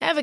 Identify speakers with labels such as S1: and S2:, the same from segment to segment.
S1: Ever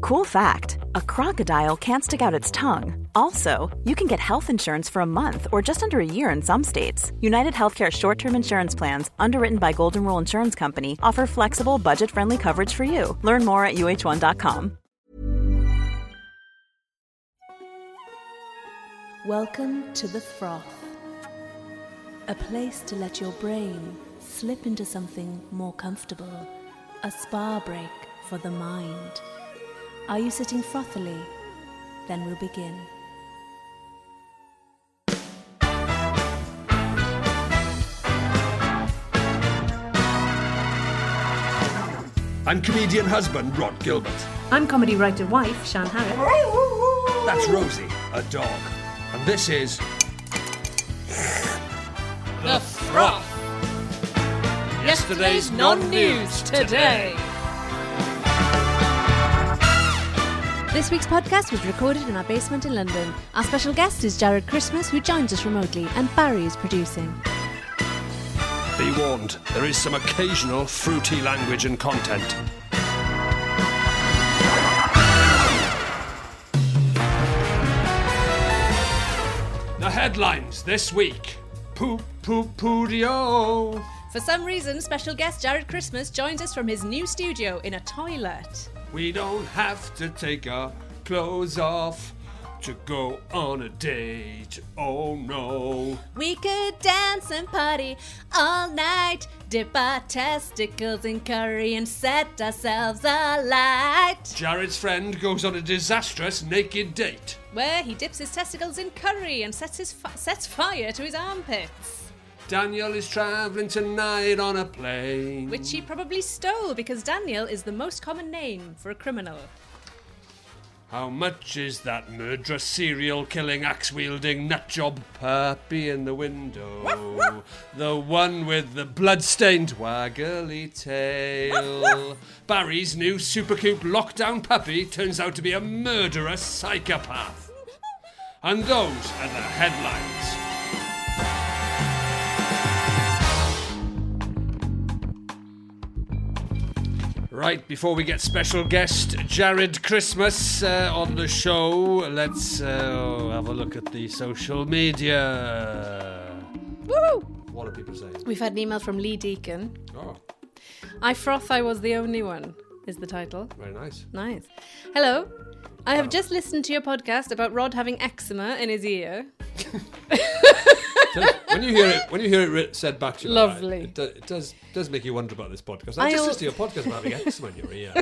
S2: Cool fact a crocodile can't stick out its tongue. Also, you can get health insurance for a month or just under a year in some states. United Healthcare short term insurance plans, underwritten by Golden Rule Insurance Company, offer flexible, budget friendly coverage for you. Learn more at uh1.com.
S3: Welcome to the froth, a place to let your brain slip into something more comfortable, a spa break for the mind. Are you sitting frothily? Then we'll begin.
S4: I'm comedian husband Rod Gilbert.
S5: I'm comedy writer wife Shan Harris.
S4: That's Rosie, a dog. And this is.
S6: The Froth. Yesterday's non-news today.
S7: This week's podcast was recorded in our basement in London. Our special guest is Jared Christmas, who joins us remotely, and Barry is producing.
S4: Be warned, there is some occasional fruity language and content. The headlines this week Poo Poo Poodio.
S7: For some reason, special guest Jared Christmas joins us from his new studio in a toilet.
S4: We don't have to take our clothes off to go on a date. Oh no.
S7: We could dance and party all night, dip our testicles in curry, and set ourselves alight.
S4: Jared's friend goes on a disastrous naked date.
S7: Where he dips his testicles in curry and sets, his fi- sets fire to his armpits.
S4: Daniel is travelling tonight on a plane.
S7: Which he probably stole because Daniel is the most common name for a criminal.
S4: How much is that murderer, serial killing, axe wielding nutjob puppy in the window? the one with the blood-stained waggly tail. Barry's new supercoop lockdown puppy turns out to be a murderous psychopath. And those are the headlines. Right, before we get special guest Jared Christmas uh, on the show, let's uh, have a look at the social media.
S5: Woo!
S4: What are people saying?
S5: We've had an email from Lee Deacon.
S4: Oh,
S5: I froth I was the only one is the title.
S4: very nice.
S5: Nice. Hello. I have just listened to your podcast about Rod having eczema in his ear.
S4: when you hear it, when you hear it writ- said back to you, like that,
S5: Lovely.
S4: it, do, it does does make you wonder about this podcast.
S5: I
S4: I just
S5: al-
S4: listened to your podcast about having eczema in your ear.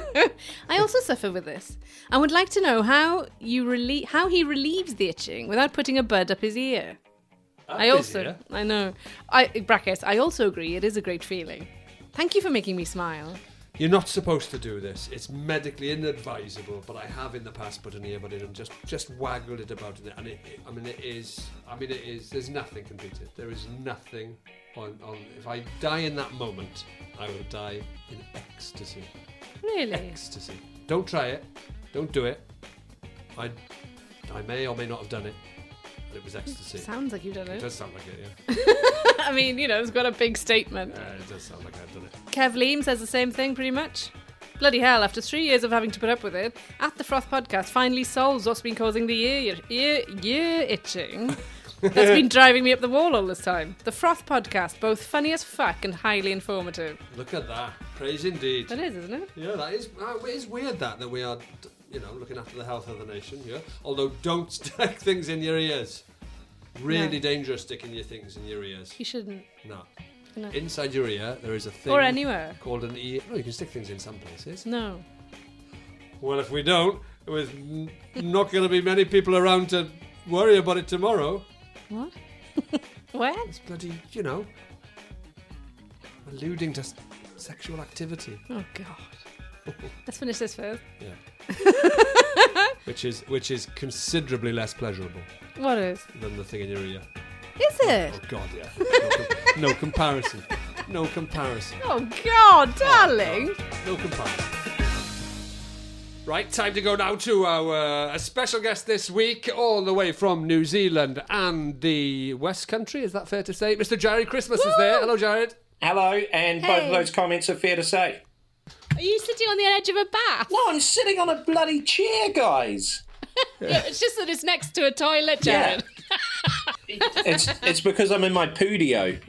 S5: I also suffer with this. I would like to know how you relie- how he relieves the itching without putting a bud up his ear. I
S4: his
S5: also
S4: ear?
S5: I know. I brackets, I also agree it is a great feeling. Thank you for making me smile.
S4: You're not supposed to do this. It's medically inadvisable, but I have in the past put an earbud in and just just waggled it about in there. And it, it- I mean, it is. I mean, it is. There's nothing can beat it. There is nothing on. on if I die in that moment, I will die in ecstasy.
S5: Really?
S4: Ecstasy. Don't try it. Don't do it. I, I may or may not have done it. But it was ecstasy.
S5: Sounds like you've done
S4: It
S5: it.
S4: does sound like it, yeah.
S5: I mean, you know, it's got a big statement.
S4: Uh, it does sound like I've done it.
S5: Kev Leem says the same thing pretty much. Bloody hell, after three years of having to put up with it, At The Froth podcast finally solves what's been causing the ear, ear, ear itching that's been driving me up the wall all this time. The Froth podcast, both funny as fuck and highly informative.
S4: Look at that. Praise indeed.
S5: That is, isn't it?
S4: Yeah, that is. Uh, it is weird that that we are, d- you know, looking after the health of the nation. Yeah. Although, don't stick things in your ears. Really
S5: No.
S4: dangerous sticking your things in your ears.
S5: You shouldn't.
S4: No.
S5: No.
S4: Inside your ear, there is a thing.
S5: Or anywhere.
S4: Called an ear. No, you can stick things in some places.
S5: No.
S4: Well, if we don't, there's n- not going to be many people around to worry about it tomorrow.
S5: What? Where?
S4: It's bloody, you know, alluding to s- sexual activity.
S5: Hmm. Oh, God. Let's finish this first.
S4: Yeah. which is which is considerably less pleasurable
S5: What is?
S4: than the thing in your ear.
S5: Is
S4: Oh
S5: it?
S4: God, yeah. No, com- no comparison. No comparison.
S5: Oh God, darling.
S4: No comparison. Right, time to go now to our uh, special guest this week, all the way from New Zealand and the West Country. Is that fair to say? Mr. Jared Christmas is there. Hello, Jared.
S8: Hello, and both of those comments are fair to say.
S7: Are you sitting on the edge of a bath?
S8: No, I'm sitting on a bloody chair, guys.
S7: It's just that it's next to a toilet,
S8: Yeah.
S7: Jared.
S8: it's it's because I'm in my poodio.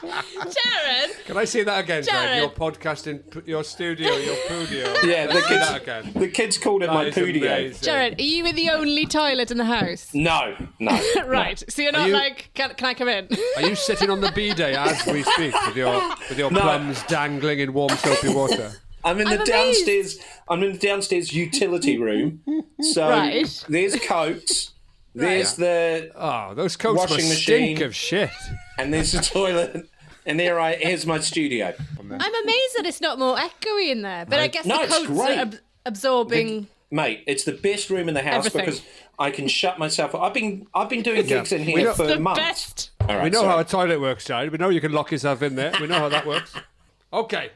S7: Jared,
S4: Can I say that again, Jared?
S7: Jared.
S4: Your podcast in p- your studio, your studio.
S8: Yeah, the
S4: Let's do that again.
S8: kids, the kids called it my
S4: That is
S8: poodio.
S4: amazing.
S7: Jared, are you in the only toilet in the house?
S8: No, no.
S5: Right. So you're not
S4: you-
S5: like, can, can I come in?
S4: Are you sitting on the b-day as we speak with your with your plums dangling in warm soapy water?
S8: I'm in the
S5: amazed.
S8: downstairs. I'm in the downstairs utility room. So
S5: Right.
S8: there's coats. There's the
S4: Oh, those coats
S8: Washing
S4: must
S8: machine.
S4: stink of shit.
S8: and there's the toilet. And there I here's my studio.
S5: I'm amazed that it's not more echoey in there, but I guess
S8: No,
S5: the
S8: it's
S5: coats
S8: great.
S5: are ab- absorbing.
S8: Mate, it's the best room in the house
S5: Everything.
S8: because I can shut myself up. I've been I've been doing gigs in
S4: We
S8: here
S4: don't-
S8: for
S5: the
S8: months.
S5: best.
S8: All right,
S4: We know
S8: sorry.
S4: how a toilet works, Jared. We know you can lock yourself in there. We know how that works. Okay,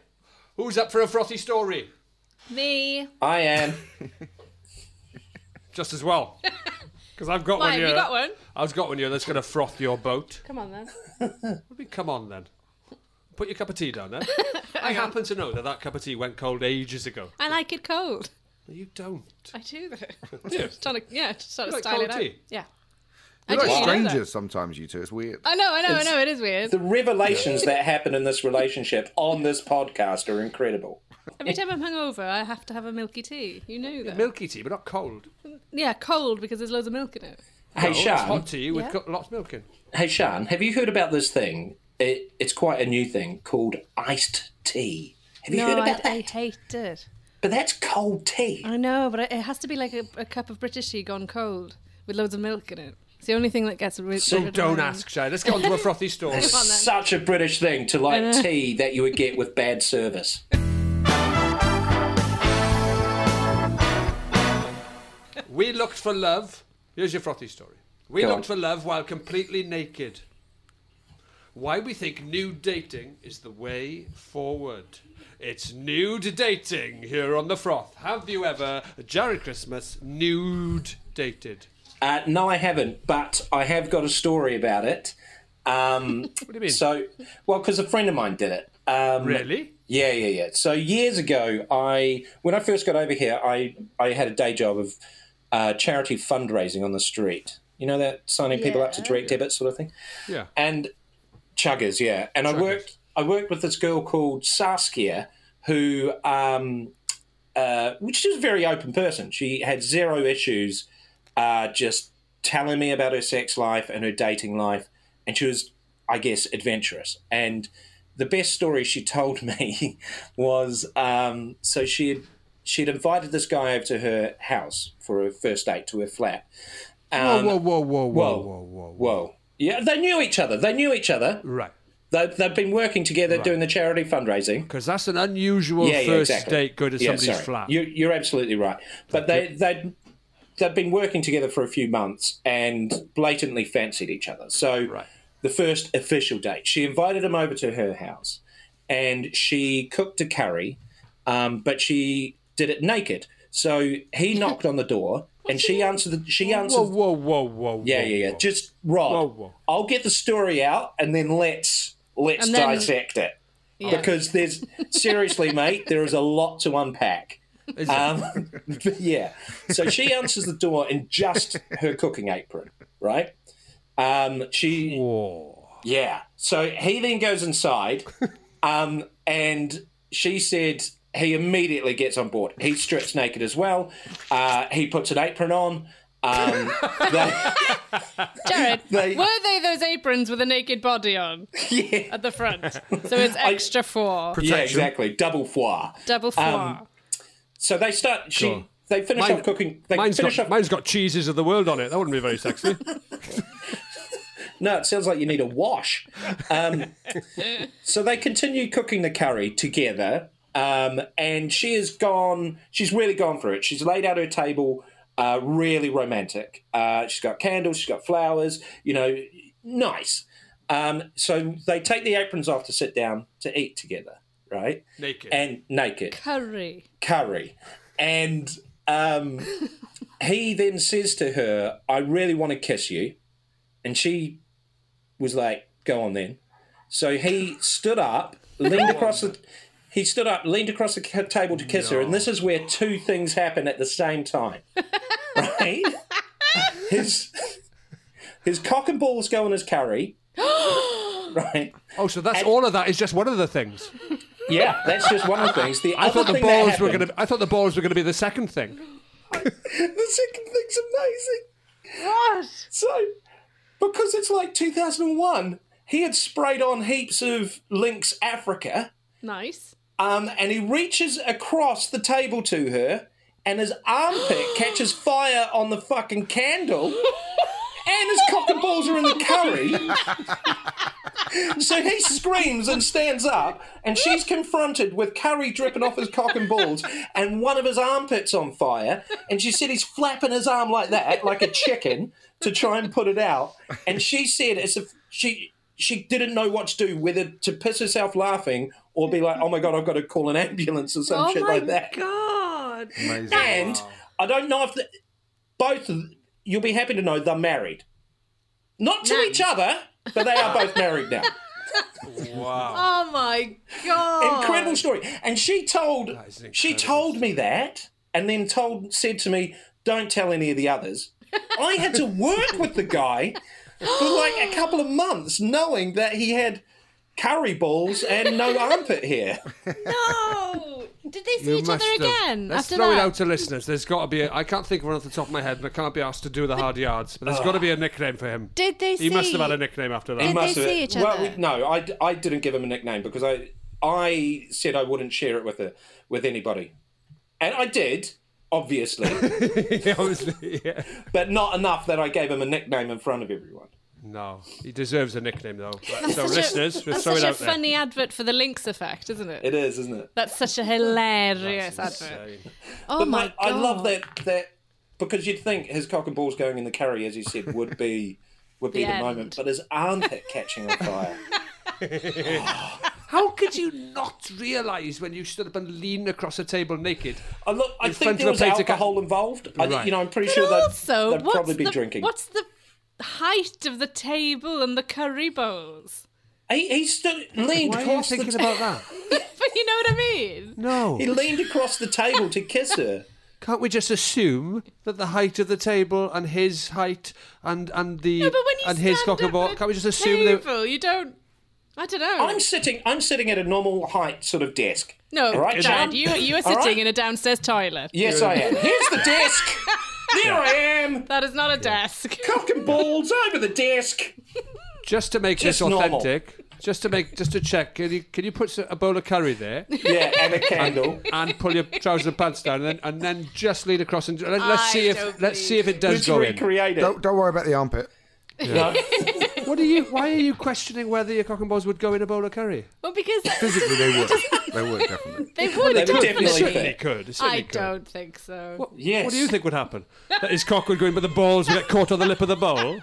S4: who's up for a frothy story?
S7: Me.
S8: I am.
S4: Just as well, because I've got
S5: Why,
S4: one
S5: have
S4: here.
S5: you got one?
S4: I've got one here that's going to froth your boat.
S5: Come on then.
S4: I mean, Come on then. Put your cup of tea down then. I happen to know that that cup of tea went cold ages ago.
S5: I like it cold.
S4: No, you don't.
S5: I do though.
S4: You
S5: Trying to, yeah, just trying to
S4: like
S5: style it
S4: cold
S5: out.
S4: tea?
S5: Yeah.
S9: You're
S5: I
S9: like
S5: didn't know that.
S9: strangers sometimes, you two. It's weird.
S5: I know, I know, I know. It is weird.
S8: The revelations that happen in this relationship on this podcast are incredible.
S5: Every time I'm hungover, I have to have a milky tea. You know that.
S4: Milky tea, but not cold.
S5: yeah, cold because there's loads of milk in it.
S8: Hey,
S4: Oh, it's
S8: Sean.
S4: hot tea with
S5: Yeah.
S4: co- lots of milk in.
S8: Hey, Sean. Have you heard about this thing? It, it's quite a new thing called iced tea. Have you
S5: no,
S8: heard
S5: I,
S8: about that?
S5: I Oh, hate it.
S8: But that's cold tea.
S5: I know, but it it has to be like a, a cup of British tea gone cold with loads of milk in it. It's the only thing that gets rid
S8: So
S5: rid of
S4: Don't
S5: mine.
S4: ask, Jared. Let's get on to a frothy story.
S8: It's such a British thing to like tea that you would get with bad service.
S4: We looked for love. Here's your frothy story. We
S8: Go
S4: looked
S8: on.
S4: for love while completely naked. Why we think nude dating is the way forward. It's nude dating here on the froth. Have you ever, Jared Christmas, nude dated?
S8: Uh, no, I haven't, but I have got a story about it. Um, what do
S4: you mean?
S8: So, well, because a friend of mine did it. Um,
S4: Really?
S8: Yeah, yeah, yeah. So years ago, I when I first got over here, I I had a day job of uh, charity fundraising on the street. You know that signing people up to direct debit sort of thing.
S4: Yeah.
S8: And chuggers, yeah. And I worked I worked with this girl called Saskia, who um, uh, which is a very open person. She had zero issues uh, just telling me about her sex life and her dating life, and she was, I guess, adventurous. And the best story she told me was um, so she had she'd invited this guy over to her house for her first date to her flat. Um,
S4: whoa, whoa, whoa, whoa,
S8: whoa, whoa. Yeah, they knew each other. They knew each other.
S4: Right.
S8: They, they've been working together doing the charity fundraising.
S4: Because that's an unusual
S8: yeah, yeah,
S4: first
S8: exactly.
S4: date going to
S8: yeah,
S4: somebody's
S8: sorry.
S4: flat.
S8: You, you're absolutely right. But they, they, they've been working together for a few months and blatantly fancied each other. So
S4: Right.
S8: the first official date, she invited him over to her house and she cooked a curry, um, but she did it naked. So he knocked on the door and she answered. The, she answered.
S4: Whoa, whoa, whoa, whoa.
S8: Yeah,
S4: whoa,
S8: yeah, yeah.
S4: whoa.
S8: Just Rob.
S4: Whoa, whoa.
S8: I'll get the story out, and then let's let's
S5: And then-
S8: dissect it because there's seriously, mate, there is a lot to unpack.
S4: Is it?
S8: Um, yeah. So she answers the door in just her cooking apron, right? Um, she
S4: Whoa.
S8: yeah. So he then goes inside, um, and she said he immediately gets on board. He strips naked as well. Uh, he puts an apron on. Um, they-
S5: Jared,
S8: They-
S5: were they those aprons with a naked body on at the front? So it's extra four,
S8: yeah, exactly. Double foie.
S5: double four.
S8: um, So they start. She.
S4: Sure.
S8: They finish
S4: Mine-
S8: off cooking. They
S4: mine's
S8: finish
S4: got,
S8: off.
S4: mine's got cheeses of the world on it. That wouldn't be very sexy.
S8: No, it sounds like you need a wash. Um, so they continue cooking the curry together, um, and she has gone. She's really gone for it. She's laid out her table, uh, really romantic. Uh, she's got candles, she's got flowers. You know, nice. Um, so they take the aprons off to sit down to eat together, right?
S4: Naked.
S8: And naked
S5: Curry.
S8: curry. And um, he then says to her, I really want to kiss you. And she was like, Go on then. So he stood up, leaned across the. He stood up, leaned across the ca- table to kiss her, and this is where two things happen at the same time. Right? his his cock and balls go in his curry. right?
S4: Oh, so that's all of that is just one of the things.
S8: Yeah, that's just one of the things. The
S4: I
S8: other
S4: thought the
S8: thing that
S4: balls were
S8: happened-
S4: going to. I thought the balls were going to be the second thing.
S8: the second thing's amazing. What? So, because it's like 2001, he had sprayed on heaps of Lynx Africa,
S5: Nice.
S8: um, and he reaches across the table to her, and his armpit catches fire on the fucking candle. And his cock and balls are in the curry. so he screams and stands up, and she's confronted with curry dripping off his cock and balls, and one of his armpits on fire. And she said he's flapping his arm like that, like a chicken, to try and put it out. And she said it's a she she didn't know what to do, whether to piss herself laughing or be like, oh my god, I've got to call an ambulance or some
S5: oh
S8: shit
S5: my
S8: like that.
S5: god.
S9: Amazing.
S8: And I don't know if the, both of- you'll be happy to know they're married, not to each other, but they are both married now.
S4: Wow.
S5: Oh my god.
S8: Incredible story. And she told
S4: is an
S8: she
S4: incredible
S8: told me that, and then told said to me, "Don't tell any of the others." I had to work with the guy for like a couple of months, knowing that he had curry balls and no armpit hair.
S7: No! Did they see
S4: You
S7: each
S4: must
S7: other
S4: have-
S7: again
S4: Let's
S7: after
S4: throw
S7: that?
S4: it out to listeners. There's got to be. A, I can't think of one off the top of my head, and I can't be asked to do the hard yards. But
S8: Ah.
S4: there's got to be a nickname for him.
S7: Did they
S4: He must have
S7: see-
S4: had a nickname after that.
S7: Did
S8: Must
S7: they
S8: have-
S7: see each
S8: well,
S7: other?
S8: we- no, I, I didn't give him a nickname because I I said I wouldn't share it with her, with anybody, and I did obviously,
S4: Yeah, obviously, yeah.
S8: but not enough that I gave him a nickname in front of everyone.
S4: No, he deserves a nickname though. Right, so
S5: such a-
S4: listeners, we're
S5: That's
S4: throwing
S5: such a
S4: out there.
S5: funny advert for the Lynx effect, isn't it?
S8: It is, isn't it?
S5: That's such a hilarious advert.
S4: Insane.
S5: Oh
S8: But
S5: my
S8: like,
S5: god.
S8: I love that that because you'd think his cock and balls going in the curry, as you said, would be would be
S5: The
S8: the,
S5: end.
S8: moment, but his armpit catching on fire.
S4: How could you not realise when you stood up and leaned across a table naked?
S8: I look, I
S4: In
S8: think
S4: front of
S8: there
S4: a
S8: was
S4: plate of
S8: alcohol involved. I,
S4: Right.
S8: You know, I'm pretty
S5: And
S8: sure that
S5: also,
S8: they'd
S5: Oh, what's
S8: probably be
S5: the,
S8: drinking.
S5: What's the height of the table and the curry bowls?
S8: He, he stood leaned
S4: Why are you
S8: across the
S4: thinking
S8: ta-
S4: about that?
S5: But you know what I mean?
S4: No.
S8: he leaned across the table to kiss her.
S4: Can't we just assume that the height of the table and his height and and the
S5: No, but when you
S4: and
S5: stand
S4: his cock
S5: up
S4: and ball?
S5: at
S4: Can't we just
S5: a
S4: assume that?
S5: table, you don't. I don't know.
S8: I'm sitting. I'm sitting at a normal height sort of desk.
S5: no,
S8: All right,
S5: Dad,
S8: Jan?
S5: you you are
S8: All
S5: sitting
S8: right?
S5: in a downstairs toilet.
S8: Yes, I am. Here's the desk. There I am.
S5: That is not a desk.
S8: Cock and balls over the desk.
S4: Just to make
S8: Just
S4: this
S8: normal.
S4: authentic, just to make just to check, can you can you put s- a bowl of curry there
S8: Yeah, and a candle.
S4: and pull your trousers and pants down, and then and then just lean across and let, let's
S5: I
S4: see
S5: don't
S4: if let's see if it does
S8: Let's
S4: go in.
S8: recreate it.
S9: Don't, don't worry about the armpit.
S8: No.
S4: What are you? Why are you questioning whether your cock and balls would go in a bowl of curry?
S5: Well, because
S9: Physically, they would. they would definitely.
S5: they would
S8: They would
S5: definitely.
S8: definitely
S4: Certainly
S8: fit.
S4: could. it certainly
S5: I
S4: could.
S5: don't think so.
S4: What,
S8: Yes.
S4: what do you think would happen? That his cock would go in, but the balls would get caught on the lip of the bowl.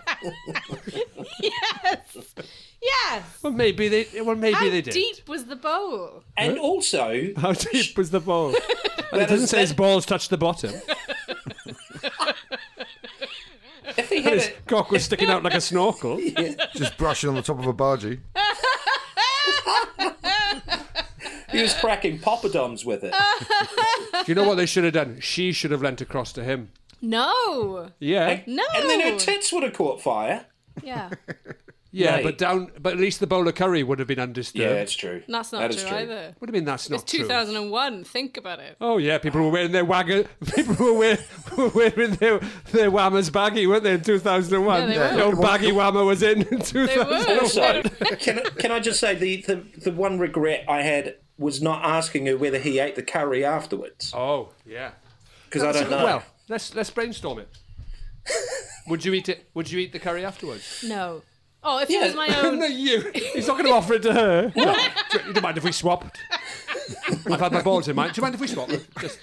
S5: Yes.
S4: Well, maybe they. Well, maybe
S5: How
S4: they did.
S5: deep was the bowl?
S8: And also,
S4: How deep was the ball? And it
S8: That
S4: doesn't
S8: is-
S4: say his
S8: that-
S4: balls touched the bottom.
S8: if he had
S4: His
S8: a,
S4: cock was sticking out like a snorkel.
S9: Just brushing on the top of a bargee.
S8: he was cracking poppadoms with it.
S4: Do you know what they should have done? She should have leant across to him.
S5: No.
S4: Yeah,
S5: No.
S8: And then her tits would have caught fire.
S5: yeah.
S4: yeah,
S8: Right.
S4: but down. But at least the bowl of curry would have been undisturbed.
S8: Yeah, that's true.
S5: That's not
S8: That is
S5: true, either.
S4: What do you mean that's not
S5: It's
S4: true?
S5: 2001. Think about it.
S4: Oh yeah, people were wearing their wagger. People were wearing, were wearing their their whammers baggy, weren't they? In two thousand and one,
S5: Yeah, they
S4: no baggy whammer was in. in two
S5: They
S4: thousand.
S5: were.
S8: Also, can, I- can I just say the, the, the one regret I had was not asking her whether he ate the curry afterwards.
S4: Oh yeah.
S8: Because I don't know.
S4: Well, let's let's brainstorm it. Would you eat it? Would you eat the curry afterwards?
S5: No. Oh, if it was my own.
S4: no, you. He's not going to offer it to her. No. Do you don't mind if we swapped? I've had my balls in mine. Do you mind if we swap? Just,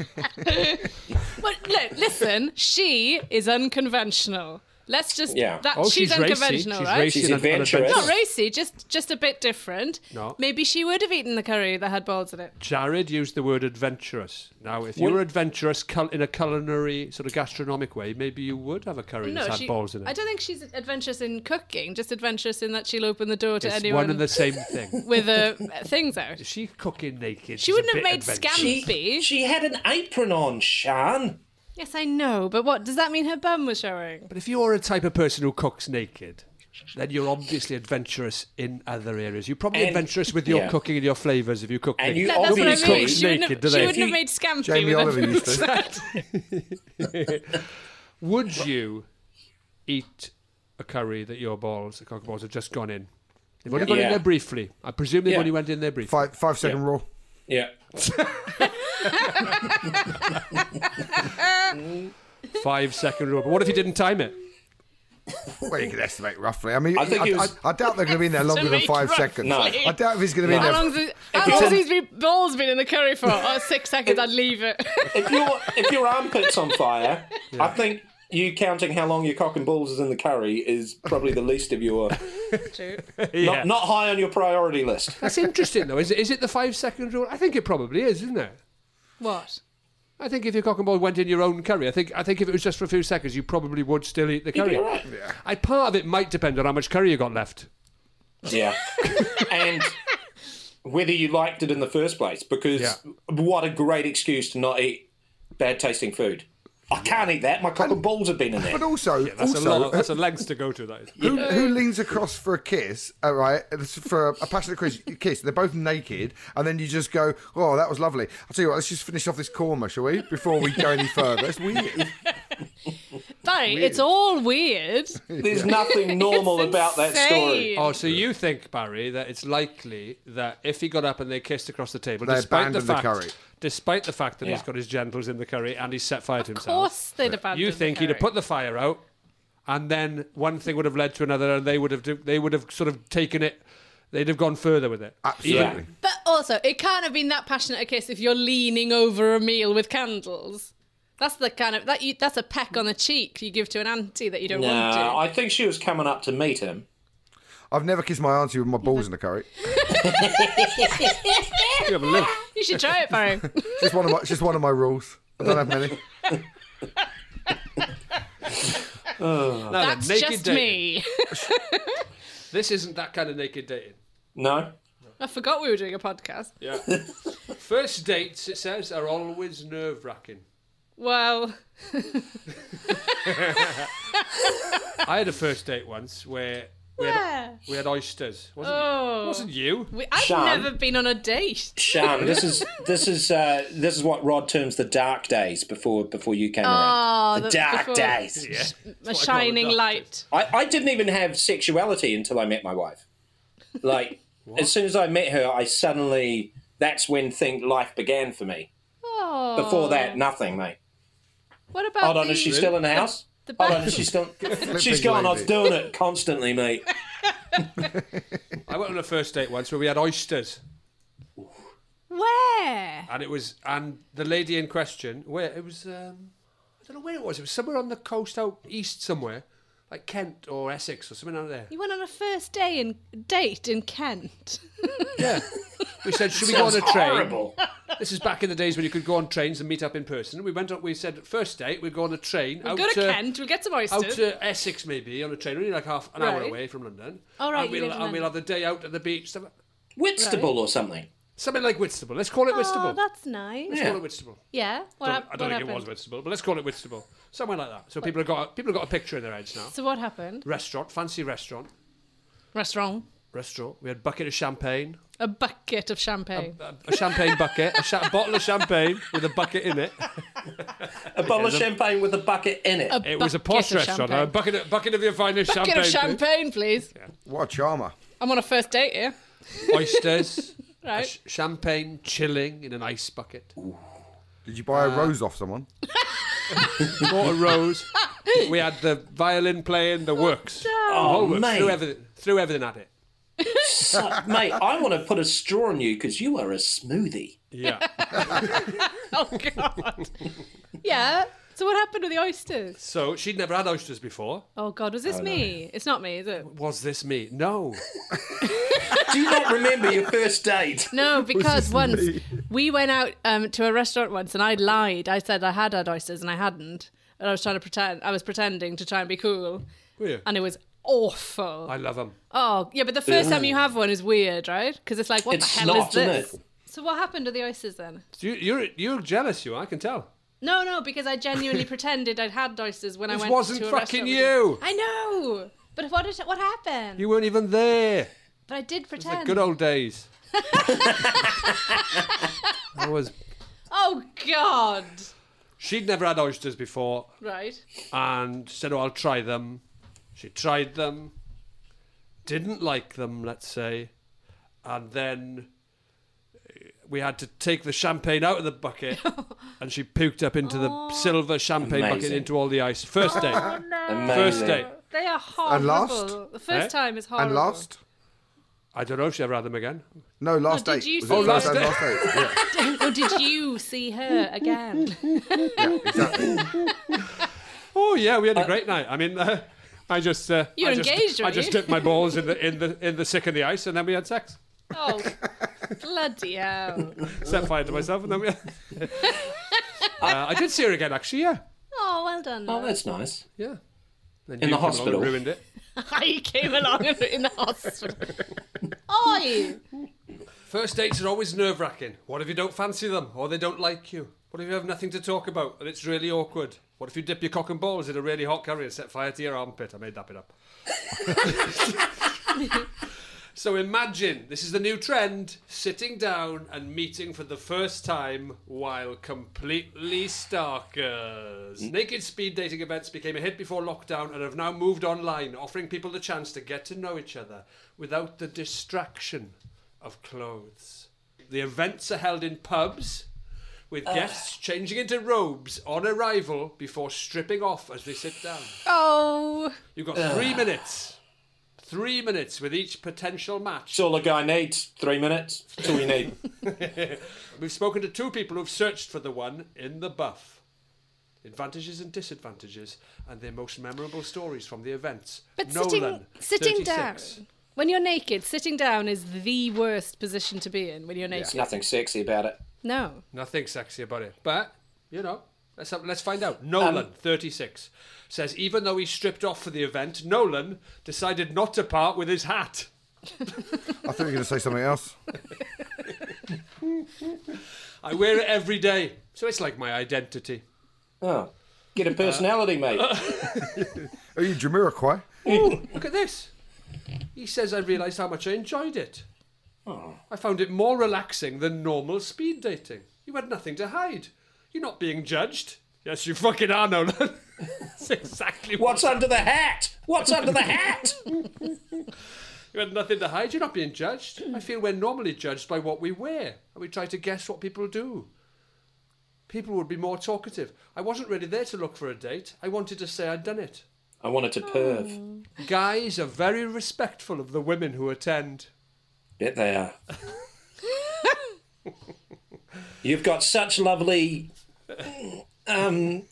S5: Well, no, listen, she is unconventional. Let's just
S4: Yeah.
S5: that
S4: Oh,
S5: she's,
S4: she's racy.
S5: unconventional,
S4: She's
S5: right?
S4: racy She's and un- adventurous.
S5: Not racy, just just a bit different.
S4: No.
S5: Maybe she would have eaten the curry that had balls in it.
S4: Jared used the word adventurous. Now, if you
S5: Well-
S4: were adventurous cul- in a culinary sort of gastronomic way, maybe you would have a curry
S5: no,
S4: that's had
S5: she,
S4: balls in it.
S5: I don't think she's adventurous in cooking, just adventurous in that she'll open the door to
S4: it's
S5: anyone
S4: one and the same thing.
S5: with uh, things out.
S4: Is she cooking naked?
S5: She
S4: is a
S5: wouldn't have
S4: bit
S5: made
S4: adventurous.
S5: scampi. She,
S8: had an apron on, Shan.
S5: Yes, I know, but what does that mean her bum was showing?
S4: But if you're a type of person who cooks naked, then you're obviously adventurous in other areas. You're probably
S5: And-
S4: adventurous with your
S5: yeah.
S4: cooking and your flavours if you cook
S8: And
S4: naked.
S8: you
S5: That- that's what I
S4: Nobody
S5: mean.
S4: cooks
S5: She wouldn't,
S4: naked,
S5: have,
S4: do
S5: she
S4: they?
S5: wouldn't have made scampi.
S4: Jamie
S5: with her
S4: Oliver used
S5: boobs
S4: to.
S5: out.
S4: Would you eat a curry that your balls, the cock balls, have just gone in? They've only
S9: Yeah.
S4: gone
S9: Yeah.
S4: in there briefly. I presume they've
S9: Yeah.
S4: only went in there briefly.
S9: Five five second rule.
S8: Yeah.
S4: Five second rule. But what if you didn't time it?
S9: Well, you can estimate roughly. I mean,
S4: I
S9: I,
S4: think
S9: I,
S4: it was-
S9: I doubt they're going to be in there longer than
S5: Estimate
S9: five
S5: roughly.
S9: seconds.
S5: No.
S9: I doubt if he's going to be in
S5: How
S9: there.
S5: long's the, how long has these balls been in the curry for? Oh, six seconds. I'd leave it.
S8: If your if your armpit's on fire, I think you counting how long your cock and balls is in the curry is probably the least of your
S5: True.
S4: Yeah.
S8: not, not high on your priority list.
S4: That's interesting, though. Is it, is it the five second rule? I think it probably is, isn't it?
S5: What?
S4: I think if your cock and ball went in your own curry, I think I think if it was just for a few seconds, you probably would still eat the
S8: You'd be
S4: curry.
S8: alright.
S4: I part of it might depend on how much curry you got left.
S8: Yeah. and whether you liked it in the first place, because what a great excuse to not eat bad tasting food. I can't eat that. My cock and balls have been in there.
S9: But also,
S4: that's a
S9: also,
S4: lot. that's a lengths to go to. That is.
S9: Who, who leans across for a kiss? All right, this is for a, a passionate kiss, kiss. They're both naked, and then you just go, "Oh, that was lovely." I'll tell you what. Let's just finish off this korma, shall we? Before we go any further, it's weird.
S5: Barry,
S9: Weird.
S5: it's all weird.
S8: There's nothing normal
S5: It's
S8: about that story.
S5: insane.
S4: Oh, so you think, Barry, that it's likely that if he got up and they kissed across the table,
S9: They
S4: despite the
S9: abandoned the
S4: fact,
S9: curry.
S4: despite the fact that he's
S9: Yeah.
S4: got his genitals in the curry and he's set fire to
S5: Of
S4: himself,
S5: course they'd abandon
S4: you think
S5: the
S4: he'd have
S5: curry.
S4: put the fire out, and then one thing would have led to another, and they would have do, they would have sort of taken it, they'd have gone further with it.
S9: Uh, Absolutely.
S5: But also, it can't have been that passionate a kiss if you're leaning over a meal with candles. That's the kind of that you, that's a peck on the cheek you give to an auntie that you don't want to.
S8: Nah, I think she was coming up to meet him.
S9: I've never kissed my auntie with my balls in the curry.
S4: you haven't lived.
S5: You should try it, Barry.
S9: Just one of my, it's just one of my rules. I don't have many.
S4: No, no,
S5: That's
S4: naked
S5: just
S4: dating.
S5: me.
S4: This isn't that kind of naked dating.
S8: No.
S5: I forgot we were doing a podcast.
S4: Yeah. First dates, it says, are always nerve wracking.
S5: Well,
S4: I had a first date once where we,
S5: Where?
S4: had, we had oysters. Wasn't,
S5: Oh.
S4: wasn't you?
S5: we, I've
S8: Shan.
S5: never been on a date.
S8: Shan, this is this is uh, this is what Rod terms the dark days before before you came
S5: Oh,
S8: around. The,
S5: the-
S8: dark
S5: before-
S8: days.
S5: a shining light.
S8: I, I didn't even have sexuality until I met my wife. Like as soon as I met her, I suddenly that's when thing life began for me.
S5: Oh.
S8: Before that, nothing, mate.
S5: What about
S8: Hold on,
S5: the,
S8: is she still in the house? Hold on, is she still? She's gone. I was
S4: lady.
S8: doing it constantly, mate.
S4: I went on a first date once where we had oysters,
S5: Where?
S4: and it was and the lady in question where it was um, I don't know where it was. It was somewhere on the coast out east somewhere, like Kent or Essex or something out there.
S5: You went on a first day in date in Kent.
S4: We said, should we go on a
S8: Sounds
S4: train?
S8: horrible.
S4: This is back in the days when you could go on trains and meet up in person. We went on. We said first date, we'd go on a train.
S5: We'll
S4: out
S5: go to,
S4: to-
S5: Kent. We'll get some
S4: out
S5: oysters.
S4: to Essex maybe on a train, only like half an hour
S5: Right.
S4: away from London.
S5: All right,
S4: and
S5: you
S4: we'll,
S5: live in
S4: and we'll
S5: London.
S4: have the day out at the beach, stuff-
S8: Whitstable or something.
S4: something like Whitstable. Let's call it
S5: oh,
S4: Whitstable.
S5: that's nice.
S4: Let's call it Whitstable.
S5: Yeah. What,
S4: Don't-
S5: hap-
S4: I don't
S5: what
S4: think it was
S5: happened?
S4: Whitstable, but let's call it Whitstable, somewhere like that. So people have got people have got a picture in their heads now.
S5: So what happened?
S4: Restaurant, fancy restaurant,
S5: Restaurant.
S4: restaurant. We had a bucket of champagne,
S5: A bucket of champagne.
S4: a champagne bucket, a, cha- a bottle of champagne with a bucket in it.
S8: A bottle of
S4: Yeah, the-
S8: champagne with a bucket in it.
S5: A
S4: It was a
S5: bucket
S4: posh
S5: of
S4: restaurant.
S5: champagne.
S4: A bucket, of, bucket of your finest
S5: bucket
S4: champagne.
S5: of
S4: please.
S5: champagne, please.
S9: What a charmer.
S5: I'm on a first date here.
S4: Oysters,
S5: Right.
S4: sh- champagne, chilling in an ice bucket.
S9: Did you buy a rose off someone?
S4: Bought a rose. We had the violin playing, the works.
S8: Oh,
S4: Holbrook
S8: mate.
S4: threw everything, threw everything at it.
S8: So, mate, I want to put a straw on you because you are a smoothie.
S4: Yeah.
S5: Oh god. yeah. So what happened with the oysters?
S4: so she'd never had oysters before.
S5: Oh god, was this me? It's not me, is it?
S4: Was this me? No.
S8: Do you not remember your first date?
S5: No, because once we went out um, to a restaurant once, and I lied. I said I had had oysters, and I hadn't. And I was trying to pretend. I was pretending to try and be cool,
S4: Were you?
S5: and it was awful.
S4: I love them.
S5: oh yeah, but the first time you have one is weird, right? Because it's like, what
S8: It's
S5: the hell
S8: not,
S5: is
S8: isn't
S5: this?
S8: it?
S5: So what happened to the oysters then?
S4: You, you're you're jealous, you. are, I can tell.
S5: No, no, because I genuinely pretended I'd had oysters when I
S4: It
S5: went.
S4: wasn't
S5: to a restaurant
S4: fucking
S5: with
S4: you.
S5: I know, but what did, what happened?
S4: You weren't even there.
S5: but I did
S4: The
S5: pretend.
S4: good old days. I was.
S5: oh God!
S4: She'd never had oysters before,
S5: Right.
S4: and said, "Oh, I'll try them." She tried them, didn't like them, let's say, and then uh, we had to take the champagne out of the bucket, and she puked up into the silver champagne bucket
S8: Amazing.
S4: into all the ice. First day,
S5: Oh,
S8: Amazing.
S4: first day.
S5: They are horrible.
S9: last?
S5: The first
S4: Eh?
S5: time is horrible.
S9: And last?
S4: I don't know if she ever had them again.
S9: No, last
S5: No,
S9: date.
S5: did you
S9: Was
S5: see
S9: it
S4: Oh, last
S9: first and
S4: date.
S9: last date? Yeah,
S5: Or did you see her again?
S9: exactly.
S4: Oh yeah, we had a great night. I mean, uh, I just uh,
S5: You were
S4: I just,
S5: engaged,
S4: I
S5: weren't
S4: just
S5: you?
S4: dipped my balls in the in the in the sick and the ice, and then we had sex.
S5: Oh, bloody hell.
S4: Set fire to myself, and then we. uh, I did see her again, actually. Yeah,
S5: Oh, well done.
S8: Oh,
S5: love.
S8: that's nice.
S4: yeah. Then
S8: In
S4: you
S8: the
S4: came along and
S8: hospital.
S4: ruined it.
S5: you came along and in the hospital. Oi!
S4: First dates are always nerve wracking. What if you don't fancy them or they don't like you? What if you have nothing to talk about and it's really awkward? What if you dip your cock and balls in a really hot curry and set fire to your armpit? I made that bit up. so imagine this is the new trend sitting down and meeting for the first time while completely starkers. Naked speed dating events became a hit before lockdown and have now moved online, offering people the chance to get to know each other without the distraction of clothes. The events are held in pubs, with guests changing into robes on arrival before stripping off as they sit down.
S5: Oh,
S4: You've got three minutes. Three minutes with each potential match.
S8: It's all a guy needs. Three minutes. That's all you need.
S4: We've spoken to two people who've searched for the one in the buff. Advantages and disadvantages, and their most memorable stories from the events.
S5: but
S4: Nolan,
S5: sitting, sitting
S4: 36.
S5: down. When you're naked, sitting down is the worst position to be in when you're naked.
S8: There's nothing sexy about it.
S5: No.
S4: Nothing sexy about it, but you know, let's have, let's find out. Nolan, thirty six, says even though he stripped off for the event, Nolan decided not to part with his hat.
S9: I thought you were going to say something else.
S4: I wear it every day, so it's like my identity.
S8: Oh, get a personality, mate.
S9: Are you Jamiroquai?
S4: Ooh, look at this. He says I realised how much I enjoyed it.
S8: Oh.
S4: I found it more relaxing than normal speed dating. You had nothing to hide. You're not being judged. Yes, you fucking are, Nolan. That's exactly what
S8: What's under the hat? What's under the hat?
S4: You had nothing to hide. You're not being judged. I feel we're normally judged by what we wear, and we try to guess what people do. People would be more talkative. I wasn't really there to look for a date. I wanted to say I'd done it.
S8: I wanted to perv.
S4: Guys are very respectful of the women who attend.
S8: Bet they are. You've got such lovely um,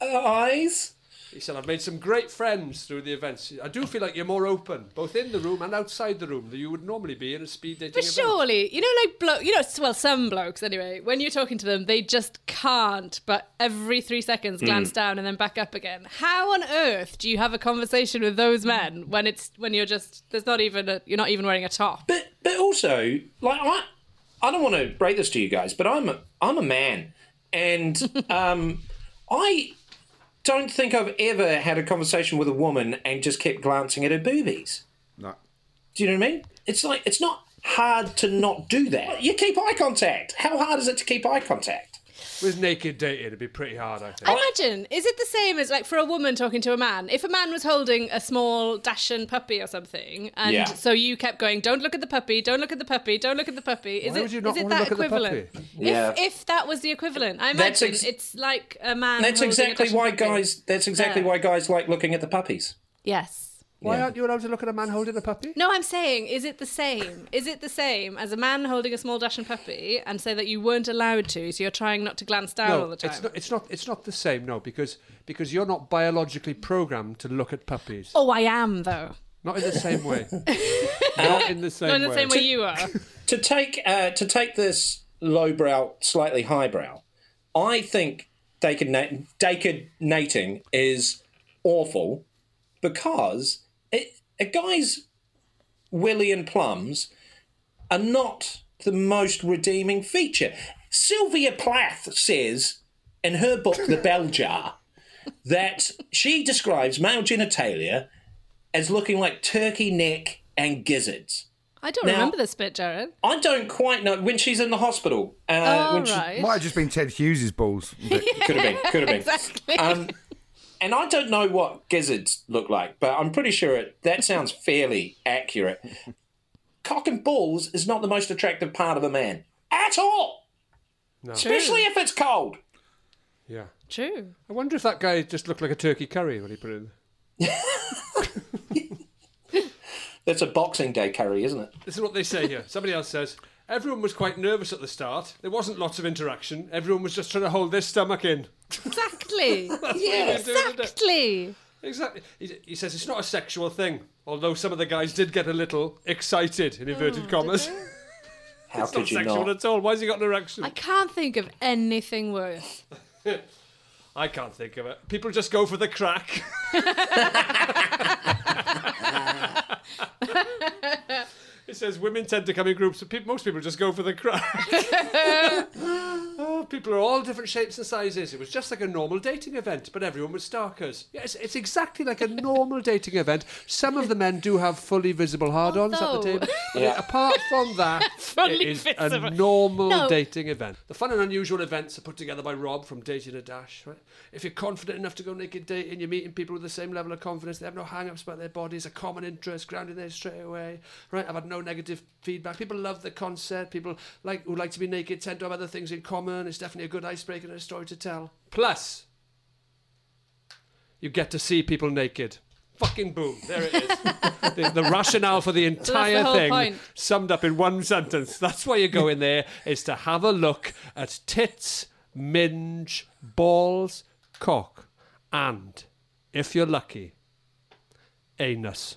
S8: eyes.
S4: He said, I've made some great friends through the events. I do feel like you're more open, both in the room and outside the room, than you would normally be in a speed dating
S5: But
S4: event.
S5: surely, you know, like blo- you know, s- well, some blokes anyway. When you're talking to them, they just can't. But every three seconds, glance down and then back up again. How on earth do you have a conversation with those men when it's when you're just there's not even a, you're not even wearing a top?
S8: But but also, like I, I don't want to break this to you guys, but I'm a, I'm a man, and um, I don't think I've ever had a conversation with a woman and just kept glancing at her boobies.
S9: No.
S8: Do you know what I mean? It's like it's not hard to not do that. You keep eye contact. How hard is it to keep eye contact?
S4: With naked dating, it'd be pretty hard, I think.
S5: Imagine, is it the same as like for a woman talking to a man? If a man was holding a small Dachshund puppy or something, and
S8: Yeah.
S5: so you kept going, "Don't look at the puppy, don't look at the puppy, don't look at the puppy," is
S4: Why
S5: it
S4: would you
S5: is
S4: not
S5: it
S4: wanna
S5: that
S4: look at the
S5: equivalent?
S4: puppy?
S5: If,
S8: Yeah.
S5: if that was the equivalent, I
S8: That's
S5: imagine
S8: ex-
S5: it's like a man.
S8: That's
S5: holding a
S8: exactly
S5: Dachshund
S8: why
S5: puppy.
S8: guys. That's exactly
S5: Yeah.
S8: why guys like looking at the puppies.
S5: Yes.
S4: Why
S10: Yeah.
S4: aren't you allowed to look at a man holding a puppy?
S5: No, I'm saying, is it the same? Is it the same as a man holding a small dashing puppy and say that you weren't allowed to, so you're trying not to glance down all the time?
S4: it's not. It's not. It's not the same. No, because because you're not biologically programmed to look at puppies.
S5: Oh, I am though.
S4: Not in the same way. not in the same
S5: not in the
S4: way.
S5: same way you are.
S8: to take uh, to take this lowbrow slightly highbrow, I think decadna- decadnating is awful because it, a guy's willy and plums are not the most redeeming feature. Sylvia Plath says in her book The Bell Jar that she describes male genitalia as looking like turkey neck and gizzards.
S5: I don't
S8: Now-
S5: remember this bit, Jared.
S8: I don't quite know when she's in the hospital. Uh,
S5: All
S8: when she-
S5: Oh, right.
S9: Might have just been Ted Hughes' balls.
S8: Could have been. Could have been.
S5: Exactly.
S8: Um, and I don't know what gizzards look like, but I'm pretty sure it, that sounds fairly accurate. Cock and balls is not the most attractive part of a man at all,
S4: No.
S8: especially if it's cold.
S4: Yeah.
S5: True.
S4: I wonder if that guy just looked like a turkey curry when he put it in.
S8: That's a Boxing Day curry, isn't it?
S4: This is what they say here. Somebody else says everyone was quite nervous at the start. There wasn't lots of interaction. Everyone was just trying to hold their stomach in.
S5: Exactly.
S8: Yeah.
S5: exactly.
S4: Exactly. He, he says it's not a sexual thing, although some of the guys did get a little excited in inverted commas.
S8: How
S4: it's not
S8: could you
S4: sexual
S8: not?
S4: at all. Why's he got an erection?
S5: I can't think of anything worse.
S4: I can't think of it. People just go for the crack. it says women tend to come in groups, but peop most people just go for the crack. oh, people are all different shapes and sizes. It was just like a normal dating event, but everyone was starkers. Yeah, it's, it's exactly like a normal dating event. Some of the men do have fully visible hard-ons at the
S5: Although-
S4: table. But apart from that, it
S5: Fully
S4: is a
S5: visible.
S4: normal
S5: No.
S4: dating event. The fun and unusual events are put together by Rob from Dating a Dash. Right? If you're confident enough to go naked dating, you're meeting people with the same level of confidence. They have no hang-ups about their bodies, a common interest, grounded there straight away. Right? I've had no negative feedback. People love the concept. People like who like to be naked tend to have other things in common. It's definitely a good icebreaker and a story to tell. Plus, you get to see people naked. Fucking boom! There it is. the, the rationale for the entire
S5: whole
S4: thing
S5: point.
S4: summed up in one sentence. That's why you go in there is to have a look at tits, minge, balls, cock, and if you're lucky, anus.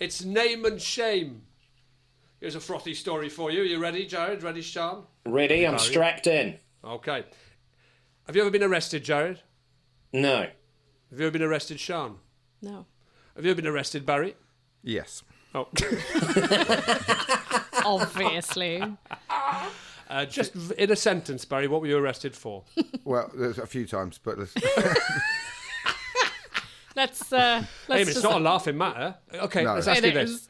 S4: It's name and shame. Here's a frothy story for you. You ready, Jared? Ready, Sean?
S8: Ready? I'm
S4: Barry.
S8: strapped in.
S4: Okay. Have you ever been arrested, Jared?
S8: No.
S4: Have you ever been arrested, Sean?
S5: No.
S4: Have you ever been arrested, Barry?
S9: Yes.
S4: Oh.
S5: Obviously.
S4: Uh, just v- in a sentence, Barry, what were you arrested for?
S9: well, there's a few times, but let's,
S5: Let's. Uh, let's
S4: Aim, it's
S5: just-
S4: not a laughing matter. Okay,
S9: No.
S4: let's ask
S5: It
S4: you this.
S5: is.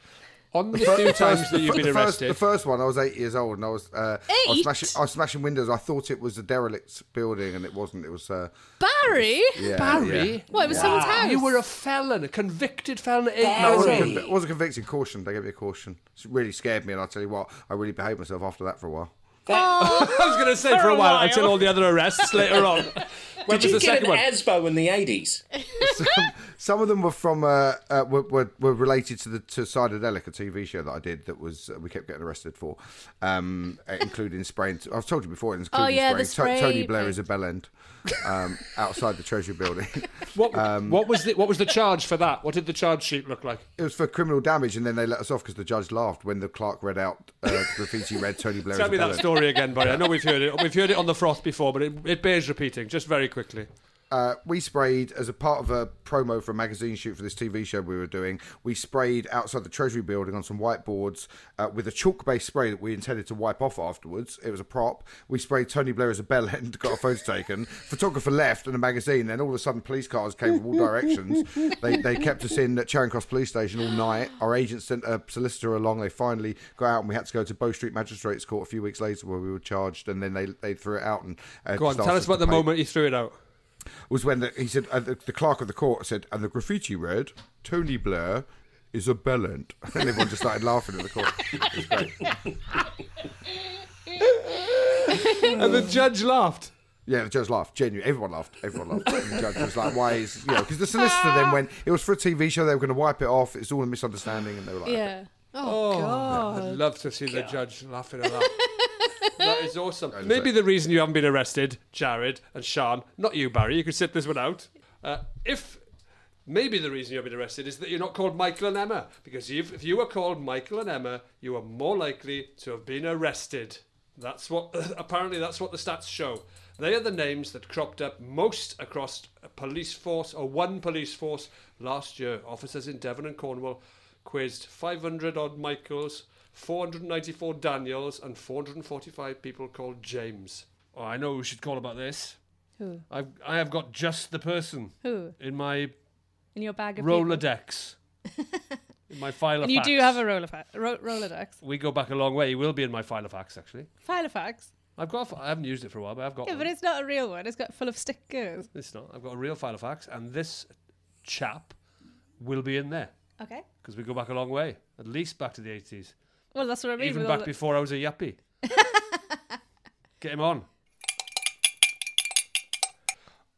S4: On the
S9: fir-
S4: few times
S9: first-
S4: that you've
S9: the
S4: been
S9: first-
S4: arrested,
S9: The first one, I was eight years old, and I was uh, I was
S5: Eight?
S9: smashing, I was smashing windows. I thought it was a derelict building, and it wasn't. It was uh,
S5: Barry.
S9: yeah,
S4: Barry?
S9: yeah.
S5: What? It was someone's house.
S4: you were a felon, a convicted felon at eight
S9: No, I
S4: years
S9: wasn't,
S4: old.
S9: convi- I wasn't convicted. Caution. They gave me a caution. It really scared me, and I tell you what, I really behaved myself after that for a while.
S4: I was going to say for a while until all the other arrests later on. When
S8: Did you
S4: was the
S8: get
S4: second
S8: an
S4: one?
S8: ASBO in the eighties?
S9: Some of them were from uh, uh, were, were were related to the to Psychedelic, a TV show that I did that was uh, we kept getting arrested for, um, uh, including spraying. I've told you before, including
S3: Oh, yeah, the
S9: spraying To- Tony
S3: spray
S9: Blair
S3: paint.
S9: is a bell end um, outside the Treasury Building.
S4: What,
S9: Um,
S4: what was the what was the charge for that? What did the charge sheet look like?
S9: It was for criminal damage, and then they let us off because the judge laughed when the clerk read out uh, graffiti red Tony Blair.
S4: Tell
S9: is a
S4: me that
S9: villain.
S4: story again, Barry. I know we've heard it. We've heard it on the froth before, but it, it bears repeating, just very quickly.
S9: Uh, we sprayed as a part of a promo for a magazine shoot for this TV show we were doing. We sprayed outside the Treasury building on some whiteboards uh, with a chalk-based spray that we intended to wipe off afterwards. It was a prop. We sprayed Tony Blair as a bell end, got a photo taken. Photographer left and a magazine. Then all of a sudden, police cars came from all directions. They they kept us in at Charing Cross Police Station all night. Our agent sent a solicitor along. They finally got out, and we had to go to Bow Street Magistrates Court a few weeks later, where we were charged. And then they they threw it out and uh,
S4: Go on,
S9: just
S4: tell
S9: asked
S4: us about
S9: to
S4: the
S9: pay-
S4: moment you threw it out.
S9: was when the, he said uh, the, the clerk of the court said, and the graffiti read, Tony Blair is a bellend, and everyone just started laughing at the court. It was great.
S4: and the judge laughed.
S9: Yeah, the judge laughed. Genuinely, everyone laughed. Everyone laughed. And the judge was like, "Why is you know?" Because the solicitor then went, "It was for a TV show. They were going to wipe it off. It's all a misunderstanding." And they were like,
S5: Yeah. Oh,
S4: I'd
S5: God.
S4: love to see the judge laughing at that. that is awesome.
S9: is
S4: Maybe
S9: it.
S4: the reason you haven't been arrested, Jared and Sean, not you, Barry. You could sit this one out. Uh, if maybe the reason you've been arrested is that you're not called Michael and Emma, because you've, if you were called Michael and Emma, you are more likely to have been arrested. That's what apparently that's what the stats show. They are the names that cropped up most across a police force or one police force last year. Officers in Devon and Cornwall quizzed 500 odd Michaels, 494 Daniels, and 445 people called James. Oh, I know who we should call about this.
S5: Who?
S4: I've, I have got just the person
S5: Who?
S4: in my
S5: In your bag of people.
S4: Rolodex. in my file of
S5: And you
S4: facts.
S5: do have a Rolodex. Ro- Rolodex.
S4: We go back a long way. He will be in my file of facts, actually.
S5: File of facts.
S4: I've got. a fi- I haven't used it for a while, but I've got.
S5: Yeah,
S4: one.
S5: but it's not a real one. It's got full of stickers.
S4: It's not. I've got a real file of facts, and this chap will be in there
S5: Okay.
S4: because we go back a long way, at least back to the eighties,
S5: Well, that's what I mean.
S4: even
S5: with all
S4: back
S5: the-
S4: before I was a yuppie. Get him on.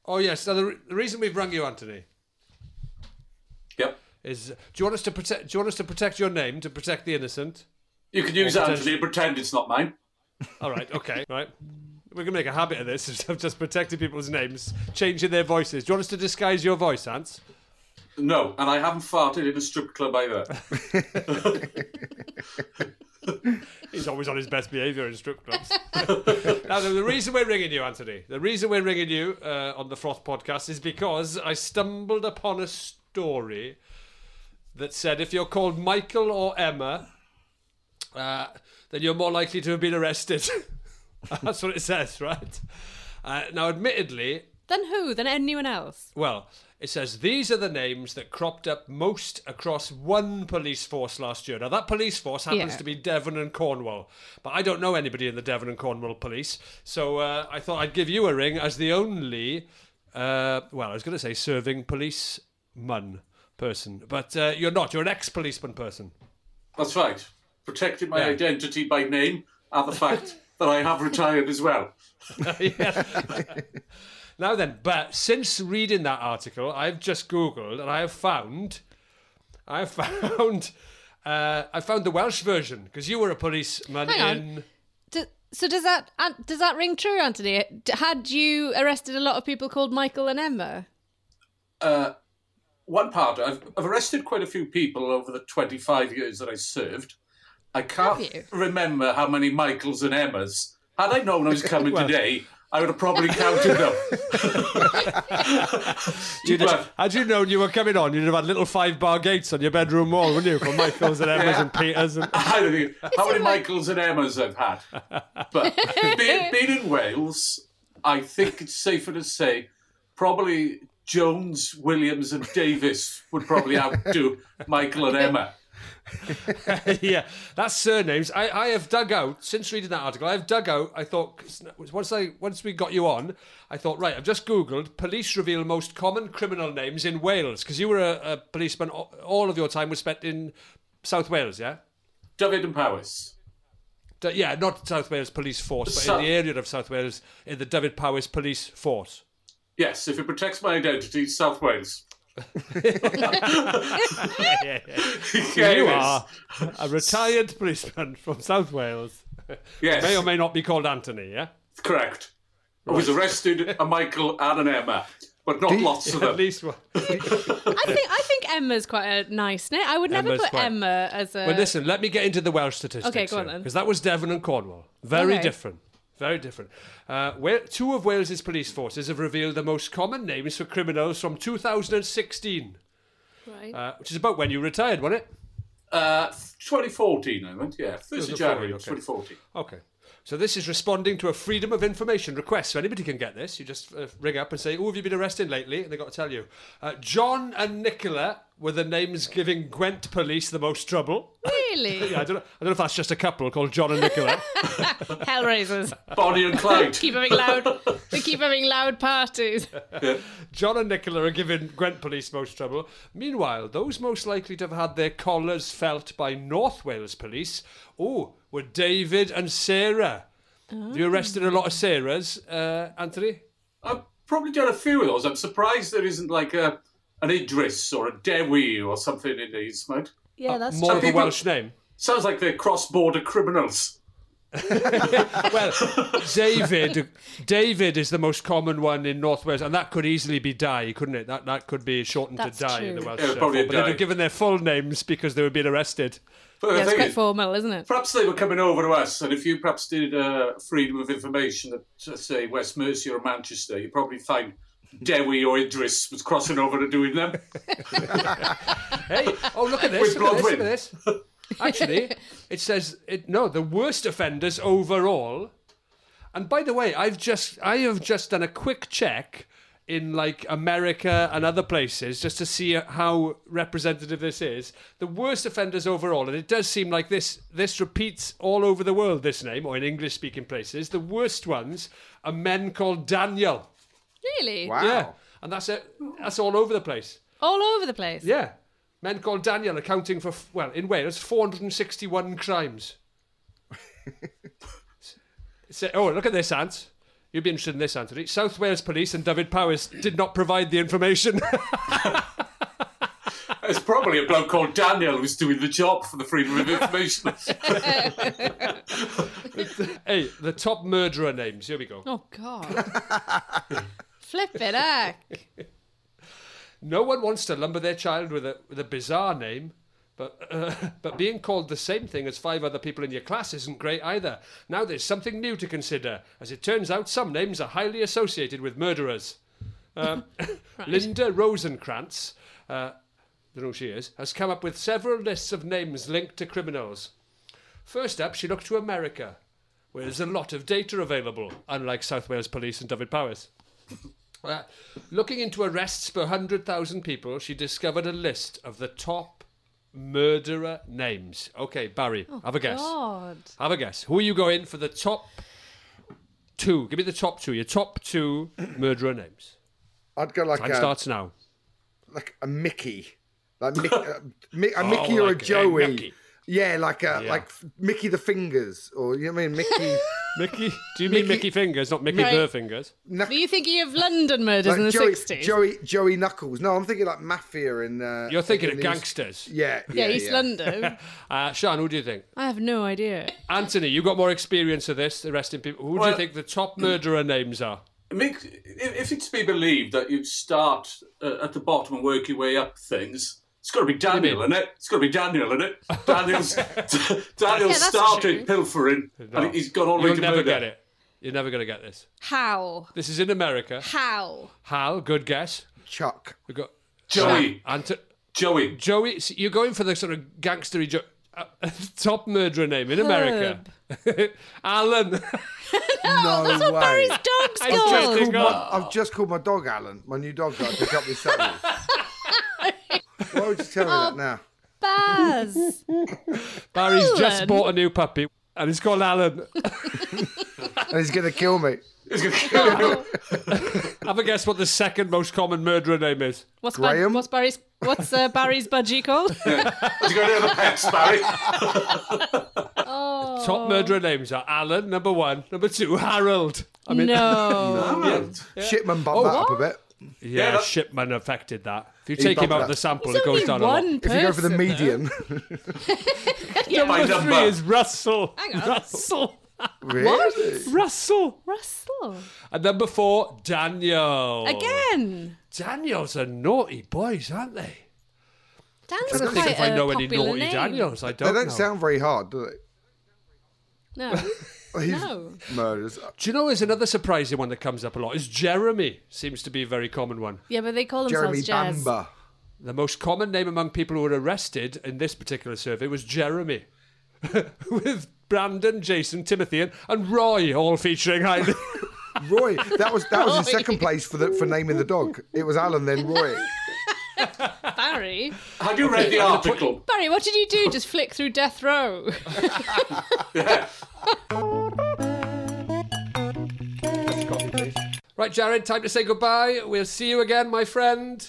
S4: Oh yes. So the, re- the reason we've rung you, Anthony,
S10: Yep.
S4: is uh, do you want us to protect? Do you want us to protect your name to protect the innocent?
S10: You can use
S4: Or
S10: that
S4: pretend-
S10: Anthony and pretend it's not mine.
S4: All right, okay, right. We're gonna make a habit of this of just protecting people's names, changing their voices. Do you want us to disguise your voice, Ants?
S10: No, and I haven't farted in a strip club either.
S4: He's always on his best behaviour in strip clubs. now, the, the reason we're ringing you, Anthony, the reason we're ringing you uh, on the Froth podcast is because I stumbled upon a story that said if you're called Michael or Emma, uh, then you're more likely to have been arrested. That's what it says, right? Uh, now, admittedly,
S5: Then who? Then anyone else?
S4: Well, it says these are the names that cropped up most across one police force last year. Now, that police force happens
S5: Yeah.
S4: to be Devon and Cornwall, but I don't know anybody in the Devon and Cornwall police, so uh, I thought I'd give you a ring as the only, uh, well, I was going to say serving police mun person, but uh, you're not. You're an ex policeman person.
S10: That's right. Protecting my
S4: Yeah.
S10: identity by name and the fact that I have retired as well.
S4: Now then, but since reading that article, I've just googled and I have found, I have found, uh, I found the Welsh version because you were a policeman
S5: Hang on.
S4: in.
S5: Do- so does that an- does that ring true, Anthony? D- Had you arrested a lot of people called Michael and Emma?
S10: Uh, one part, I've, I've arrested quite a few people over the 25 years that I served. I
S5: Have
S10: can't
S5: you?
S10: remember how many Michaels and Emmas. Had I known I was coming
S4: Well,
S10: today, I would have probably counted them.
S4: You'd have- had you known you were coming on, you'd have had little five bar gates on your bedroom wall, wouldn't you? From Michael's and Emma's
S10: Yeah.
S4: and Peter's. And...
S10: I don't think how many
S4: in my-
S10: Michaels and Emmas I've had. But being, being in Wales, I think it's safer to say probably Jones, Williams, and Davis would probably outdo Michael and Emma.
S4: yeah, that's surnames. I, I have dug out since reading that article. I have dug out. I thought 'cause once I once we got you on, I thought right. I've just googled police reveal most common criminal names in Wales because you were a, a policeman. All all of your time was spent in South Wales, yeah.
S10: David and Powis.
S4: D- yeah, not South Wales Police Force, but
S10: So-
S4: in the area of South Wales, in the David Powis Police Force.
S10: Yes, if it protects my identity, South Wales.
S4: yeah,
S10: Yeah,
S4: you
S10: it
S4: are a retired policeman from South Wales.
S10: Yes.
S4: May or may not be called Anthony, yeah?
S10: Correct. I was arrested, a Michael and an Emma, but not lots of them.
S4: At least one.
S5: I think I think Emma's quite a nice name. I would never
S4: Emma's
S5: put
S4: quite-
S5: Emma as a.
S4: well, listen, let me get into the Welsh statistics.
S5: Okay, go on then.
S4: Because that was Devon and Cornwall. Very
S5: Okay.
S4: different. Very different. Uh, Wa- two of Wales's police forces have revealed the most common names for criminals from 2016,
S5: Right.
S4: uh, which is about when you retired, wasn't it?
S10: Uh, 2014, I went, yeah.
S4: It was
S10: 1st of
S4: a
S10: January,
S4: 40, okay.
S10: 2014.
S4: Okay. So this is responding to a freedom of information request. So anybody can get this. You just uh, ring up and say, "Who have you been arresting lately?" And they got to tell you. Uh, John and Nicola were the names giving Gwent police the most trouble.
S5: Really?
S4: yeah, I don't, know, I don't know if that's just a couple called John and Nicola.
S5: Hellraisers.
S10: Bonnie and Clyde.
S5: keep having loud. They keep having loud parties.
S4: John and Nicola are giving Gwent police most trouble. Meanwhile, those most likely to have had their collars felt by North Wales police, oh, were David and Sarah. You arrested a lot of Sarahs, uh, Anthony.
S10: I've probably done a few of those. I'm surprised there isn't like a an Idris or a Dewi or something in these, mate.
S3: Yeah, that's
S4: more
S10: true.
S4: of a
S10: People-
S4: Welsh name.
S10: Sounds like they're cross-border criminals.
S4: well, David, David is the most common one in North Wales, and that could easily be Di, couldn't it? That that could be shortened
S5: That's
S4: to Di in
S5: true.
S4: the Welsh.
S10: Yeah,
S4: uh,
S10: probably a
S4: form, but they'd
S10: Di.
S4: have given their full names because they were being arrested.
S10: But the
S5: Yeah, it's
S10: thing
S5: quite
S10: is,
S5: formal, isn't it?
S10: perhaps they were coming over to us, and if you perhaps did uh, freedom of information at, uh, say, West Mercia or Manchester, you probably find Dewi or Idris was crossing over to doing them.
S4: Hey, oh look at this!
S10: With
S4: Look at this, look
S10: Bronwyn.
S4: at this. Actually, it says it, no. The worst offenders overall. And by the way, I've just I have just done a quick check in like America and other places just to see how representative this is. The worst offenders overall, and it does seem like this this repeats all over the world. This name, or in English speaking places, the worst ones are men called Daniel.
S5: Really?
S4: Yeah, and that's it. That's all over the place.
S5: All over the place.
S4: Yeah. Men called Daniel accounting for, well, in Wales, 461 crimes. so, oh, look at this, Ant. You'd be interested in this, Anthony. South Wales Police and David Powers did not provide the information.
S10: It's probably a bloke called Daniel who's doing the job for the freedom of information.
S4: hey, the top murderer names. Here we go.
S5: Oh God. Flip it heck.
S4: No one wants to lumber their child with a, with a bizarre name, but, uh, but being called the same thing as five other people in your class isn't great either. Now there's something new to consider. As it turns out, some names are highly associated with murderers. Um, Linda Rosenkrantz, uh, don't know who she is, has come up with several lists of names linked to criminals. First up, she looked to America, where there's a lot of data available, unlike South Wales Police and David Powers. Uh, looking into arrests per 100,000 people, she discovered a list of the top murderer names. Okay, Barry, have a guess.
S5: Oh, God.
S4: Have a guess. Who are you going for the top two? Give me the top two, your top two murderer names.
S9: I'd go like
S4: Time
S9: a,
S4: starts now.
S9: like a Mickey, like Mick, uh, Mi- a
S4: Oh,
S9: Mickey or
S4: like
S9: a
S4: a
S9: Joey.
S4: Mickey.
S9: Yeah, like a
S4: Yeah.
S9: like Mickey the Fingers, or you know what I mean Mickey.
S4: Mickey? Do you mean Mickey Fingers, not Mickey
S5: Right.
S4: Burr Fingers?
S5: Were you thinking of London murders
S9: Like
S5: in the
S9: Joey,
S5: 60s?
S9: Joey, Joey Knuckles. No, I'm thinking like mafia and. Uh,
S4: You're thinking of
S9: in the-
S4: gangsters.
S9: Yeah,
S5: yeah, East London.
S4: Uh, Sean, who do you think?
S5: I have no idea.
S4: Anthony, you've got more experience of this, arresting people. Who do
S10: Well-
S4: you think the top murderer names are?
S10: Mick, if if it's to be believed that you start uh, at the bottom and work your way up things, it's got to be Daniel,
S4: mean?
S10: isn't it? It's got to be Daniel, isn't it? Daniel's, Daniel
S5: Yeah, that's
S10: started pilfering,
S4: No.
S10: and he's gone all the way
S4: You'll
S10: to
S4: never
S10: murder.
S4: get it. You're never going to get this.
S5: How?
S4: This is in America.
S5: How?
S4: Hal, good guess.
S9: Chuck.
S4: We got
S10: Joey.
S4: Anto-
S10: Joey.
S4: Joey. so you're going for the sort of gangstery jo- uh, top murderer name in America. Alan. no,
S5: Oh,
S9: that's what way. Barry's
S5: dog's
S9: I've just, called my, I've just called my dog Alan. My new dog that I picked up this Saturday. Why would you tell me
S5: Oh.
S9: that now?
S5: Baz.
S4: Barry's just
S5: Alan.
S4: bought a new puppy and it's called Alan.
S9: and he's going to kill me.
S4: Have a guess what the second most common murderer name is.
S5: What's, Bar- what's Barry's? What's uh, Barry's budgie called? oh.
S4: Top murderer names are Alan, number one. Number two, Harold. I mean,
S10: Um,
S5: No.
S4: Yeah.
S9: Shipman bumped
S4: Oh,
S9: that up a bit.
S4: Yeah,
S9: that-
S4: Shipman affected that. If you
S9: He
S4: take him
S9: bumped
S4: out of
S9: that.
S4: the sample,
S9: There's
S4: it goes
S9: only
S4: down a
S9: one
S4: lot.
S9: If you go for the person, median.
S4: number,
S9: My
S4: three
S9: number.
S4: is Russell.
S5: Hang on.
S4: Russell.
S9: Really? What?
S4: Russell.
S5: Russell.
S4: And number four, Daniel.
S5: Again.
S4: Daniels are naughty boys, aren't they?
S5: Dan's
S4: I don't
S5: quite
S4: think if I
S5: a
S4: know any
S5: popular
S4: naughty
S5: name.
S4: Daniels, I
S9: they
S4: don't
S9: don't
S4: know.
S9: sound very hard, do they? Oh,
S5: No.
S9: He's-
S5: no.
S9: Murders.
S4: Do you know is another surprising one that comes up a lot is Jeremy. Seems to be a very common one.
S5: Yeah, but they call themselves Jazz.
S4: The most common name among people who were arrested in this particular survey was Jeremy. With Brandon, Jason, Timothy, and, and Roy all featuring highly.
S9: Roy. That was that was in second place for the, for naming the dog. It was Alan, then Roy.
S5: Barry.
S10: Had you read the article?
S5: Barry, what did you do? Just flick through death row.
S4: right, Jared, time to say goodbye. We'll see you again, my friend.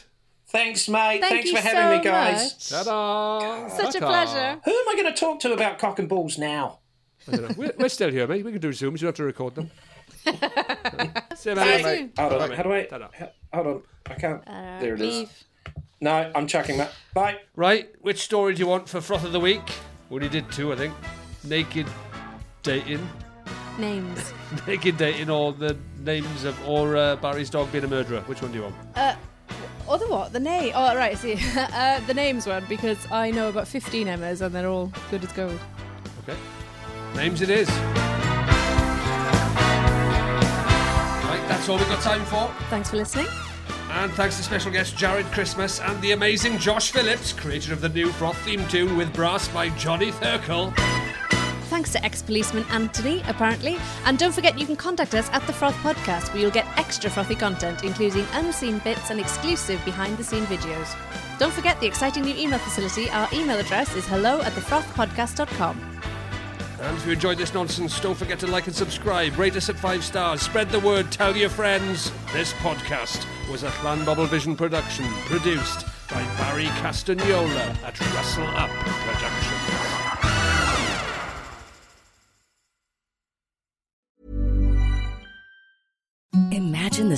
S8: Thanks, mate.
S5: Thank
S8: Thanks
S5: you
S8: for having
S5: so
S8: me, guys.
S5: much.
S4: Ta-da.
S5: Such a
S4: Ta-ta.
S5: pleasure.
S8: Who am I going to talk to about cock and balls now?
S4: I don't know. We're, we're still here, mate. We can do Zooms. You don't have to record them. See you,
S8: Hey,
S4: mate.
S8: mate, Hold on.
S4: Bye,
S8: How do I? h- Hold on. I can't. there it is. No, I'm chucking that. Bye.
S4: Right, which story do you want for Froth of the Week? Well, he did two, I think. Naked dating.
S5: Names.
S4: Naked dating or the names of or uh, Barry's dog being a murderer. Which one do you want?
S5: Uh, or the what? The name? Oh, right. See, uh, the names one because I know about fifteen Emmas and they're all good as gold.
S4: Okay. Names it is. Right, that's all we've got time for.
S5: Thanks for listening.
S4: And thanks to special guest Jared Christmas and the amazing Josh Phillips, creator of the new Froth theme tune with brass by Johnny Thurkel.
S7: Thanks to ex policeman Anthony, apparently. And don't forget you can contact us at the Froth Podcast, where you'll get extra frothy content, including unseen bits and exclusive behind the scene videos. Don't forget the exciting new email facility. Our email address is hello at thefrothpodcast.com.
S4: And if you enjoyed this nonsense, don't forget to like and subscribe, rate us at five stars, spread the word, tell your friends. This podcast was a Clan Bubble Vision production, produced by Barry Castagnola at Russell Up Productions.
S11: Imagine the